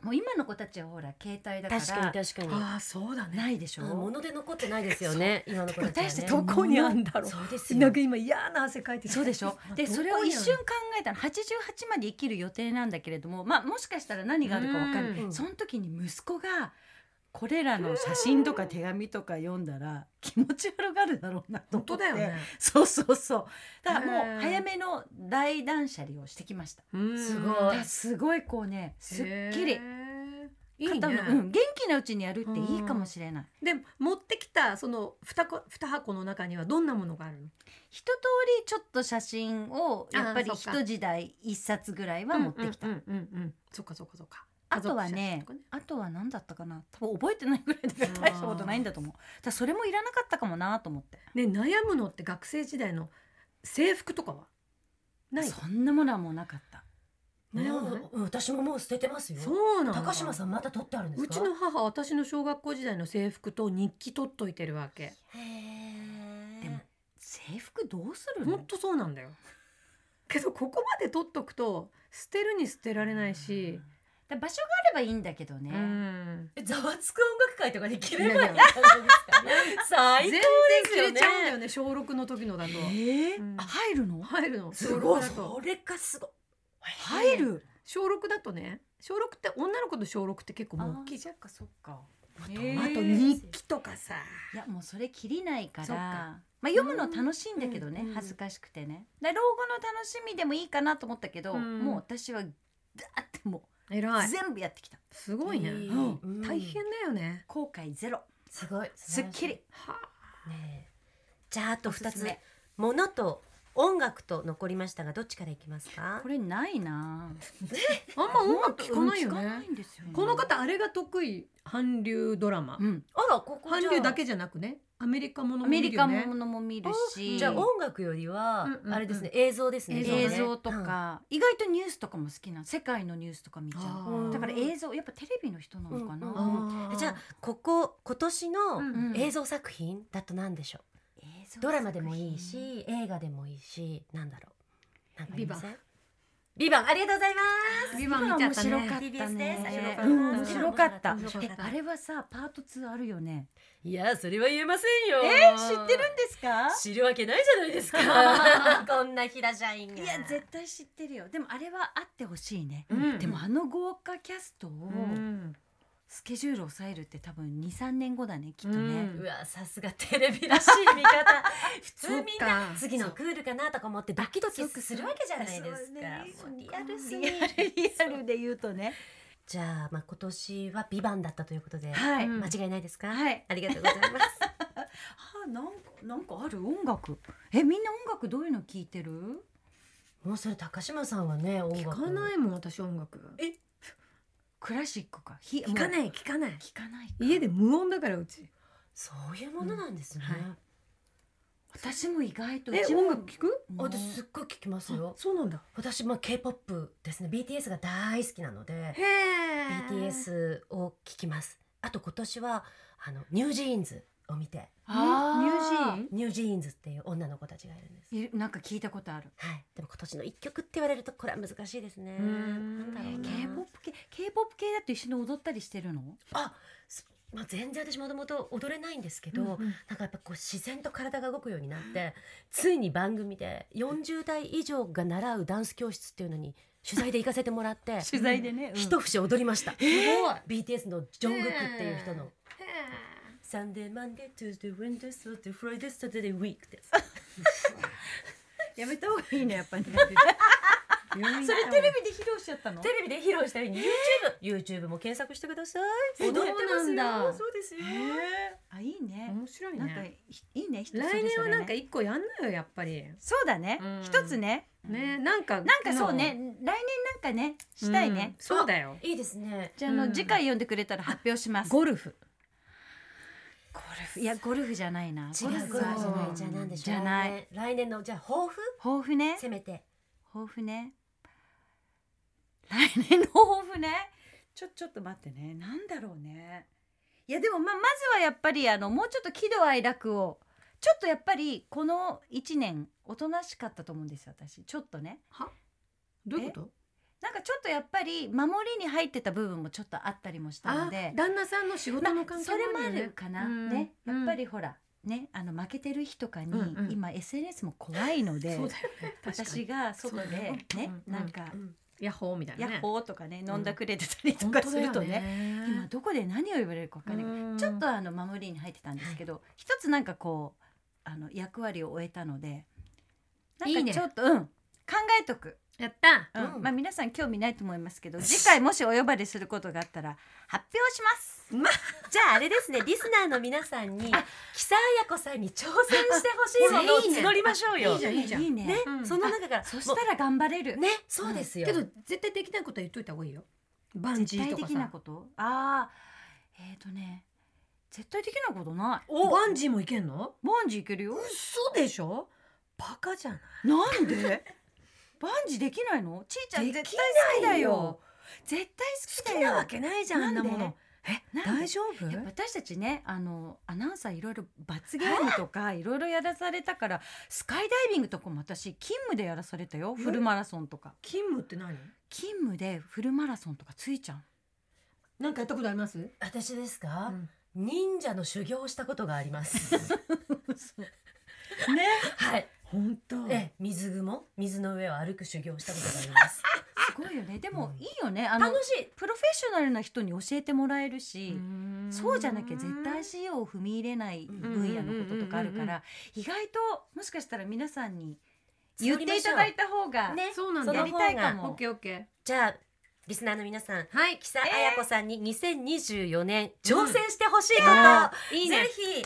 [SPEAKER 5] もう今の子たちはほら携帯だから
[SPEAKER 3] 確かに確かに
[SPEAKER 2] あーそうだね
[SPEAKER 5] ないでしょ
[SPEAKER 3] あ物で残ってないですよね今の子たちはね
[SPEAKER 5] 大して
[SPEAKER 2] どこにあんだろ
[SPEAKER 3] そう
[SPEAKER 2] う
[SPEAKER 3] ですよ
[SPEAKER 2] なんか今嫌な汗かいてきた
[SPEAKER 5] そうで し ょで
[SPEAKER 2] どこにある
[SPEAKER 5] それを一瞬考えたの88まで生きる予定なんだけれどもまあもしかしたら何があるか分か
[SPEAKER 3] う
[SPEAKER 5] る
[SPEAKER 3] ん
[SPEAKER 5] その時に息子がこれらの写真とか手紙とか読んだら気持ち悪がるだろうな
[SPEAKER 2] 本
[SPEAKER 5] と思って
[SPEAKER 2] 当だよね
[SPEAKER 5] そうそうそうだからも
[SPEAKER 2] へ
[SPEAKER 5] う
[SPEAKER 2] ー
[SPEAKER 5] 早めの大断捨離をしてきました
[SPEAKER 3] す
[SPEAKER 2] い
[SPEAKER 5] だ
[SPEAKER 3] ご
[SPEAKER 5] か
[SPEAKER 3] い
[SPEAKER 5] らすごいこうねすっきり
[SPEAKER 2] いい
[SPEAKER 5] 肩
[SPEAKER 2] ね
[SPEAKER 5] のうん、元気なうちにやるっていいかもしれない
[SPEAKER 2] で持ってきたその二こ二箱の中にはどんなものがあるの
[SPEAKER 5] 一通りちょっと写真をやっぱり
[SPEAKER 2] あーそっか
[SPEAKER 5] 一時代一冊ぐらいは持ってきた
[SPEAKER 2] うんうんうんうんうんそっかそっかそっか
[SPEAKER 5] あとはね
[SPEAKER 2] 家族写真とかね
[SPEAKER 5] あとは何だったかな多分覚えてないぐらいだから大したことないんだと思うだからそれもいらなかったかもなと思って
[SPEAKER 2] ね悩むのって学生時代の制服とかはない
[SPEAKER 5] そんなものはもうなかった
[SPEAKER 2] 悩
[SPEAKER 3] も
[SPEAKER 2] まないう
[SPEAKER 3] うん私ももう捨ててますよ
[SPEAKER 2] そうなの
[SPEAKER 3] 高島さんまた取ってあるんで
[SPEAKER 2] う
[SPEAKER 3] すか
[SPEAKER 2] ちの母私の小学校時代の制服と日記取っといてるわけ
[SPEAKER 3] へー
[SPEAKER 5] でも制服どうする
[SPEAKER 2] ほん
[SPEAKER 5] の
[SPEAKER 2] とそうなんだよけどここまで取っとくと捨てるに捨てられないし、
[SPEAKER 5] だから場所があればいいんだけどね、
[SPEAKER 2] うん
[SPEAKER 3] えざわつく音楽会とかできれ
[SPEAKER 2] い
[SPEAKER 3] ば
[SPEAKER 2] や
[SPEAKER 3] いい
[SPEAKER 2] いや
[SPEAKER 3] んじゃないですか最
[SPEAKER 2] 全然
[SPEAKER 3] 高
[SPEAKER 2] 切れちゃうんだよね小6の時のだと
[SPEAKER 5] えー
[SPEAKER 2] うん
[SPEAKER 5] あ入るの
[SPEAKER 2] 入るの
[SPEAKER 3] すごい
[SPEAKER 2] 小六だと
[SPEAKER 3] それかすごい
[SPEAKER 5] 入る
[SPEAKER 2] 小六だとね小六って女の子と小六って結構もう大きいじゃん
[SPEAKER 5] あーそっかそっか
[SPEAKER 2] あ
[SPEAKER 5] へ
[SPEAKER 2] と
[SPEAKER 5] ー
[SPEAKER 2] 日記とかさ
[SPEAKER 5] いやもうそれきりないから
[SPEAKER 2] そうか
[SPEAKER 5] まあ、読むの楽しいんだけどね、
[SPEAKER 2] うん
[SPEAKER 5] 恥ずかしくてねだから老後の楽しみでもいいかなと思ったけど、
[SPEAKER 2] うん
[SPEAKER 5] もう私はだってもう
[SPEAKER 2] 偉い
[SPEAKER 5] 全部やってきた、
[SPEAKER 2] すごいね、
[SPEAKER 3] うん
[SPEAKER 2] うん大変だよね
[SPEAKER 5] 後悔ゼロ
[SPEAKER 3] すごい
[SPEAKER 5] すっきり
[SPEAKER 2] はあ
[SPEAKER 3] ねえじゃああと二
[SPEAKER 5] おす
[SPEAKER 3] つ
[SPEAKER 5] すめ
[SPEAKER 3] 物と音楽と残りましたがどっちからいきますか
[SPEAKER 5] これないな
[SPEAKER 2] あんま音楽聞かないよ
[SPEAKER 5] うん聞かな
[SPEAKER 2] ね
[SPEAKER 5] いんですよね
[SPEAKER 2] この方あれが得意韓流ドラマ、
[SPEAKER 5] うん
[SPEAKER 3] あらここじゃ
[SPEAKER 2] 韓
[SPEAKER 3] あ
[SPEAKER 2] 流だけじゃなくねアメリカものも
[SPEAKER 5] ア
[SPEAKER 2] 見
[SPEAKER 5] メ
[SPEAKER 2] る
[SPEAKER 5] リカ
[SPEAKER 2] よね
[SPEAKER 5] ものも見るし
[SPEAKER 3] じゃあ音楽よりは
[SPEAKER 2] うんうんうん
[SPEAKER 3] あれですね映像ですね
[SPEAKER 5] 映像
[SPEAKER 3] ね
[SPEAKER 5] とか、意外とニュースとかも好きな世界のニュースとか見ちゃ
[SPEAKER 2] あ
[SPEAKER 5] う
[SPEAKER 2] ー
[SPEAKER 5] だから映像やっぱテレビの人なのかな、
[SPEAKER 3] うんうん
[SPEAKER 2] あー
[SPEAKER 3] じゃあここ今年の
[SPEAKER 2] うん
[SPEAKER 5] うん
[SPEAKER 3] 映像作品だと何でしょ
[SPEAKER 5] 映像
[SPEAKER 3] う
[SPEAKER 5] 作品
[SPEAKER 3] ドラマでもいいし映画でもいいしなんだろうなんかありませんビバンありがとうございます
[SPEAKER 2] ビバン見ちゃったね
[SPEAKER 5] 面白かった
[SPEAKER 3] TBS ですありがと
[SPEAKER 5] う
[SPEAKER 3] うござい
[SPEAKER 5] ん
[SPEAKER 3] ます
[SPEAKER 5] 面白かった
[SPEAKER 2] 面白かった
[SPEAKER 5] えあれはさパート2あるよね
[SPEAKER 3] いやそれは言えませんよ
[SPEAKER 5] るんですか
[SPEAKER 3] 知るわけないじゃないですか こんな平社員が
[SPEAKER 5] いや絶対知ってるよでもあれはあってほしいね、
[SPEAKER 2] うん
[SPEAKER 5] でもあの豪華キャストを
[SPEAKER 2] うん
[SPEAKER 5] スケジュール抑えるって多分23年後だねきっとね、
[SPEAKER 2] うん
[SPEAKER 3] うわさすがテレビらしい見方普通みん
[SPEAKER 2] そ
[SPEAKER 3] な
[SPEAKER 2] っか
[SPEAKER 3] 次のクールかなとか思ってドキドキするわけじゃないで
[SPEAKER 5] そう
[SPEAKER 3] すかもうリアルすぎ
[SPEAKER 5] リアルリアルで言うとね
[SPEAKER 3] じゃあまあ今年は美版だったということで
[SPEAKER 5] はい、
[SPEAKER 2] うん
[SPEAKER 3] 間違いないですか
[SPEAKER 5] はい
[SPEAKER 3] ありがとうございます
[SPEAKER 5] あなんかなんかある音楽えみんな音楽どういうの聞いてる
[SPEAKER 3] もうそれ高島さんはね音
[SPEAKER 2] 聞
[SPEAKER 3] 楽
[SPEAKER 2] かないもん私音楽
[SPEAKER 5] クラシックかひ
[SPEAKER 2] 聞か
[SPEAKER 5] い
[SPEAKER 2] ない聞かない
[SPEAKER 5] 聞かないか
[SPEAKER 2] 家で無音だからうち
[SPEAKER 3] そういうものなんですね
[SPEAKER 2] うんは
[SPEAKER 5] 私も意外と
[SPEAKER 2] え
[SPEAKER 5] 一番
[SPEAKER 2] 音楽聞く
[SPEAKER 3] あ私すっごい聞きます
[SPEAKER 2] あ
[SPEAKER 3] よ
[SPEAKER 2] そうなんだ
[SPEAKER 3] 私まあ K-POP ですね BTS が大好きなので
[SPEAKER 2] へえ
[SPEAKER 3] BTS を聞きますあと今年はあのニュージーンズを見て
[SPEAKER 5] あ
[SPEAKER 2] ニュージーン
[SPEAKER 3] ニュージーンズっていう女の子たちがいるんです
[SPEAKER 5] ーいなんか聞いたことある
[SPEAKER 3] はいでも今年の一曲って言われるとこれは難しいですね
[SPEAKER 2] うーん
[SPEAKER 3] なんだろう
[SPEAKER 5] え
[SPEAKER 3] な
[SPEAKER 5] K-POP 系 K-POP 系だと一緒に踊ったりしてるの
[SPEAKER 3] まあ、全然私もともと踊れないんですけど、なんかやっぱこう自然と体が動くようになってついに番組で40代以上が習うダンス教室っていうのに取材で行かせてもらって
[SPEAKER 5] 取材でね、うん
[SPEAKER 3] 一節踊りました、BTS のジョングクっていう人の
[SPEAKER 2] へ
[SPEAKER 3] 「サンデーマンデートゥーデーウィンデースデーフライデーサタデーウィーク」です
[SPEAKER 5] やめた方がいいねやっぱり、
[SPEAKER 2] え病院
[SPEAKER 5] それテレビで披露しちゃったの
[SPEAKER 3] テレビで披露したり YouTube、YouTube も検索してください。
[SPEAKER 2] そうなんだ
[SPEAKER 3] そうですよ。
[SPEAKER 5] あいいね、
[SPEAKER 2] 面白い
[SPEAKER 5] なんか
[SPEAKER 2] ね
[SPEAKER 5] いいね人それぞれ
[SPEAKER 2] 来
[SPEAKER 5] ね
[SPEAKER 2] 年はなんか一個やんなよやっぱり
[SPEAKER 5] そうだね
[SPEAKER 2] うん
[SPEAKER 5] 一つね
[SPEAKER 2] ねなんか
[SPEAKER 5] なんかそうね来年なんかねしたいね
[SPEAKER 2] うん、そうだよ
[SPEAKER 3] いいですね。
[SPEAKER 5] じゃああの、
[SPEAKER 2] うん
[SPEAKER 5] 次回読んでくれたら発表しますゴ
[SPEAKER 2] ゴルフ
[SPEAKER 5] ルフいやゴルフじゃないな
[SPEAKER 3] 違うゴ
[SPEAKER 5] ゴルフ
[SPEAKER 3] ルフじゃ
[SPEAKER 5] は
[SPEAKER 3] ない。じゃあ何でしょう。
[SPEAKER 5] じゃない。
[SPEAKER 3] 来年のじゃあ抱負
[SPEAKER 5] 抱負ね
[SPEAKER 3] せめて。
[SPEAKER 5] 抱負ね来年の抱負ねちょちょっと待ってねなんだろうねいやでもまあまずはやっぱりあのもうちょっと喜怒哀楽をちょっとやっぱりこの1年おとなしかったと思うんですよ私ちょっとね
[SPEAKER 2] どういうこと
[SPEAKER 5] なんかちょっとやっぱり守りに入ってた部分もちょっとあったりもしたの
[SPEAKER 2] あ
[SPEAKER 5] で
[SPEAKER 2] 旦那さんの仕事の
[SPEAKER 5] まあ
[SPEAKER 2] 関係
[SPEAKER 5] それも
[SPEAKER 2] るよ
[SPEAKER 5] あ
[SPEAKER 2] ね
[SPEAKER 5] るかな、
[SPEAKER 2] うん
[SPEAKER 5] ねや
[SPEAKER 2] うん
[SPEAKER 5] っぱりほら、ねあの負けてる日とかに、
[SPEAKER 2] うんうん
[SPEAKER 5] 今 SNS も怖いので
[SPEAKER 2] そうだよね確かに
[SPEAKER 5] 私が外
[SPEAKER 2] そう
[SPEAKER 5] で
[SPEAKER 2] だよ
[SPEAKER 5] ね
[SPEAKER 2] うん
[SPEAKER 5] なんか、
[SPEAKER 2] ヤッホーみたいな
[SPEAKER 5] ヤ
[SPEAKER 2] ね
[SPEAKER 5] ッホーとかね
[SPEAKER 2] ん
[SPEAKER 5] 飲んだくれてたりとかするとね,、今
[SPEAKER 2] 今
[SPEAKER 5] どこで何を言われるか分からない、ちょっとあの守りに入ってたんですけど、一つなんかこうあの役割を終えたのでなん
[SPEAKER 2] いい
[SPEAKER 5] か
[SPEAKER 2] ね
[SPEAKER 5] ちょっとうん考えとく、
[SPEAKER 2] やった
[SPEAKER 5] うん
[SPEAKER 3] うん
[SPEAKER 5] まあ皆さん興味ないと思いますけど次回もしお呼ばれすることがあったら発表します
[SPEAKER 3] じゃああれですね。リスナーの皆さんに木佐彩子さんに挑戦してほしいものを
[SPEAKER 2] いいね
[SPEAKER 3] 募りましょうよ。
[SPEAKER 2] いいじゃんいいじゃん
[SPEAKER 5] いいね
[SPEAKER 3] ね、
[SPEAKER 2] うん
[SPEAKER 3] その中から
[SPEAKER 5] そしたら頑張れる、
[SPEAKER 3] もうね、そうですよ。
[SPEAKER 2] けど絶対できないことは言っといた方がいいよバンジ
[SPEAKER 5] 絶
[SPEAKER 2] ー
[SPEAKER 5] 対
[SPEAKER 2] と
[SPEAKER 5] で
[SPEAKER 2] か
[SPEAKER 5] きない
[SPEAKER 2] さ
[SPEAKER 5] ことああえっ、ー、とね絶対できないことない
[SPEAKER 2] バンジーもいけんの
[SPEAKER 5] バンジーいけるよ
[SPEAKER 2] 嘘でしょバカじゃない
[SPEAKER 5] なんでバンジーできないのちいちゃん
[SPEAKER 2] でき
[SPEAKER 5] 絶
[SPEAKER 2] ない
[SPEAKER 5] 対
[SPEAKER 2] よ
[SPEAKER 5] 好きだよ絶対好き
[SPEAKER 2] 好
[SPEAKER 5] だよ
[SPEAKER 2] きなわけないじゃんあん
[SPEAKER 5] な
[SPEAKER 2] なん
[SPEAKER 5] で
[SPEAKER 2] ものえ
[SPEAKER 5] なんで
[SPEAKER 2] 大丈夫
[SPEAKER 5] やっぱ私たちねあのアナウンサーいろいろ罰ゲーム とかいろいろやらされたからスカイダイビングとかも私勤務でやらされたよフルマラソンとか
[SPEAKER 2] 勤務って何
[SPEAKER 5] 勤務でフルマラソンとかついちゃん
[SPEAKER 2] なんかやったことあります
[SPEAKER 3] 私ですか、
[SPEAKER 2] うん
[SPEAKER 3] 忍者の修行をしたことがあります。
[SPEAKER 5] ね
[SPEAKER 3] はい。
[SPEAKER 5] 本当
[SPEAKER 3] ええ水雲水の上を歩く修行をしたことがあります
[SPEAKER 5] すごいよねでもいいよねあの
[SPEAKER 3] 楽しい
[SPEAKER 5] プロフェッショナルな人に教えてもらえるしそうじゃなきゃ絶対仕様を踏み入れない分野のこととかあるから意外ともしかしたら皆さんに言っていただいた方が
[SPEAKER 3] ね
[SPEAKER 2] そうなん
[SPEAKER 3] そ
[SPEAKER 2] だ
[SPEAKER 5] や
[SPEAKER 3] の
[SPEAKER 5] り
[SPEAKER 3] 方
[SPEAKER 5] たいか
[SPEAKER 3] が
[SPEAKER 2] オッ
[SPEAKER 5] も
[SPEAKER 2] ケーオッケ
[SPEAKER 3] じゃあリスナーの皆さん
[SPEAKER 2] ーはい
[SPEAKER 3] 木佐彩子さんに2024年挑戦してほしいこと、
[SPEAKER 2] いいね
[SPEAKER 3] ぜひ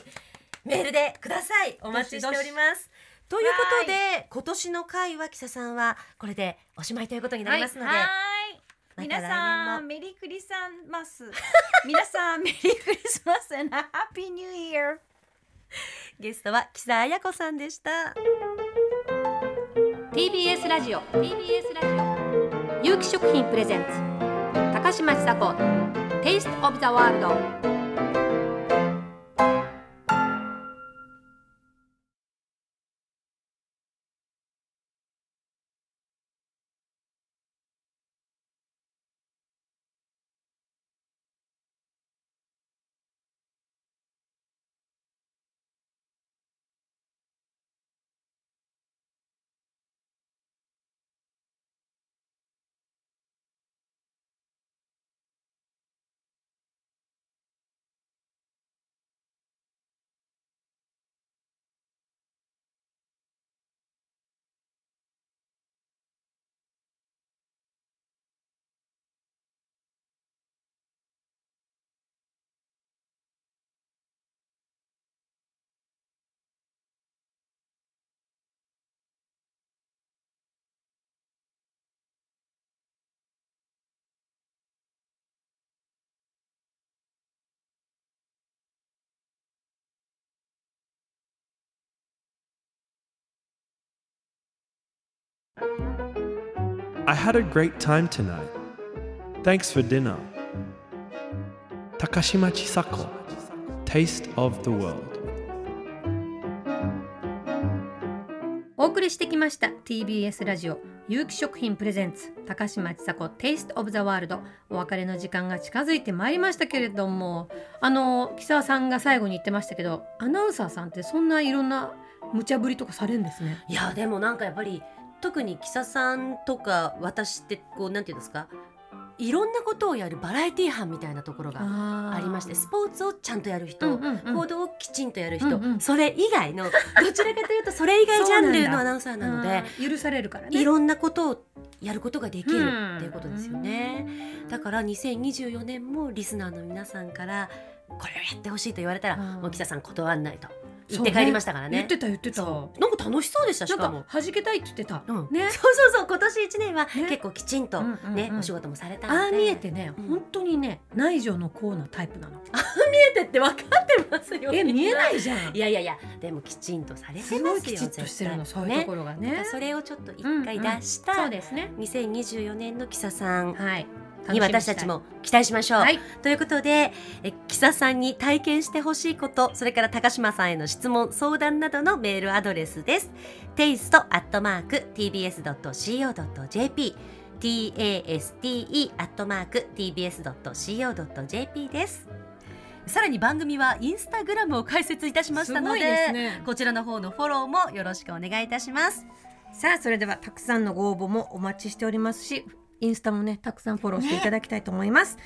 [SPEAKER 3] メールでくださいお待ちしておりますということで今年の会は木佐さんはこれでおしまいということになりますので、
[SPEAKER 5] は
[SPEAKER 3] ま
[SPEAKER 5] ーい
[SPEAKER 3] た
[SPEAKER 5] 皆
[SPEAKER 3] 来
[SPEAKER 5] さ
[SPEAKER 3] 年
[SPEAKER 5] ん
[SPEAKER 3] も
[SPEAKER 5] メリークリスマス皆さんメリークリスマス and a happy new year
[SPEAKER 3] ゲストは木佐彩子さんでした
[SPEAKER 7] TBS ラジオ TBS ラジオ有機食品プレゼンツ高嶋ちさ子 Taste of the World
[SPEAKER 1] I had a great time tonight. Thanks for dinner. Takashima Chisako, Taste of the World.
[SPEAKER 2] お送りしてきました TBS ラジオ有機食品プレゼンツ高嶋ちさ子 Taste of the World お別れの時間が近づいてまいりましたけれどもあの木澤さんが最後に言ってましたけどアナウンサーさんってそんないろんな無茶ぶりとかされるんですね
[SPEAKER 3] いやでもなんかやっぱり特に木佐さんとか私ってこうなんていうんですかいろんなことをやるバラエティー班みたいなところが
[SPEAKER 2] あ
[SPEAKER 3] ありましてスポーツをちゃんとやる人、
[SPEAKER 2] うんうんうん
[SPEAKER 3] 報道をきちんとやる人、
[SPEAKER 2] うんうん
[SPEAKER 3] それ以外 のどちらかというとそれ以外ジャンルのアナウンサーなので
[SPEAKER 2] 許されるからね
[SPEAKER 3] いろんなことをやることができるっていうことですよ
[SPEAKER 2] う
[SPEAKER 3] ね
[SPEAKER 2] ん。
[SPEAKER 3] だから2024年もリスナーの皆さんからこれをやってほしいと言われたら、
[SPEAKER 2] うん
[SPEAKER 3] もう木田さん断んないと言
[SPEAKER 2] そう
[SPEAKER 3] って
[SPEAKER 2] ね
[SPEAKER 3] 帰りましたからね。
[SPEAKER 2] 言ってた言ってた
[SPEAKER 3] そ
[SPEAKER 2] な
[SPEAKER 3] うなんか楽しそうでしたし
[SPEAKER 2] ん
[SPEAKER 3] かも
[SPEAKER 2] か。弾けたいって言ってた
[SPEAKER 3] うん
[SPEAKER 2] ね
[SPEAKER 3] そうそうそう今年一年は
[SPEAKER 2] ね
[SPEAKER 3] 結構きちんとね、
[SPEAKER 2] うんうんうん
[SPEAKER 3] お仕事もされたので
[SPEAKER 2] ああ見えてね
[SPEAKER 3] うん
[SPEAKER 2] 本当にね内情のこうなタイプなの
[SPEAKER 3] 見えてって分かってますよ
[SPEAKER 2] え見えないじゃん
[SPEAKER 3] いやいやいやでもきちんとされてますよ
[SPEAKER 2] すごいきちっとしてるの
[SPEAKER 3] 絶
[SPEAKER 2] そ
[SPEAKER 3] 対
[SPEAKER 2] ういうところがね
[SPEAKER 3] だからそれをちょっと一回出した、
[SPEAKER 2] そうですね
[SPEAKER 3] 2024年の木佐さん
[SPEAKER 2] はい
[SPEAKER 3] に私たちも期待しましょう。
[SPEAKER 2] はい
[SPEAKER 3] ということでえ木佐さんに体験してほしいことそれから高島さんへの質問相談などのメールアドレスです taste.tbs.co.jp taste.tbs.co.jp ですさらに番組はインスタグラムを開設いたしましたので
[SPEAKER 2] ね
[SPEAKER 3] こちらの方のフォローもよろしくお願いいたします
[SPEAKER 2] さあそれではたくさんのご応募もお待ちしておりますしインスタもねたくさんフォローしていただきたいと思います、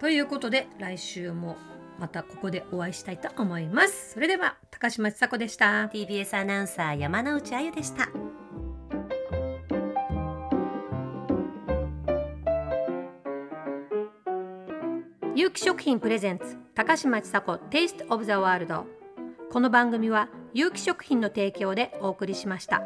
[SPEAKER 2] ということで来週もまたここでお会いしたいと思いますそれでは高島千佐子でした
[SPEAKER 3] TBS アナウンサー山之内あゆでした
[SPEAKER 7] 有機食品プレゼンツ高嶋ちさ子 Taste of the World この番組は有機食品の提供でお送りしました。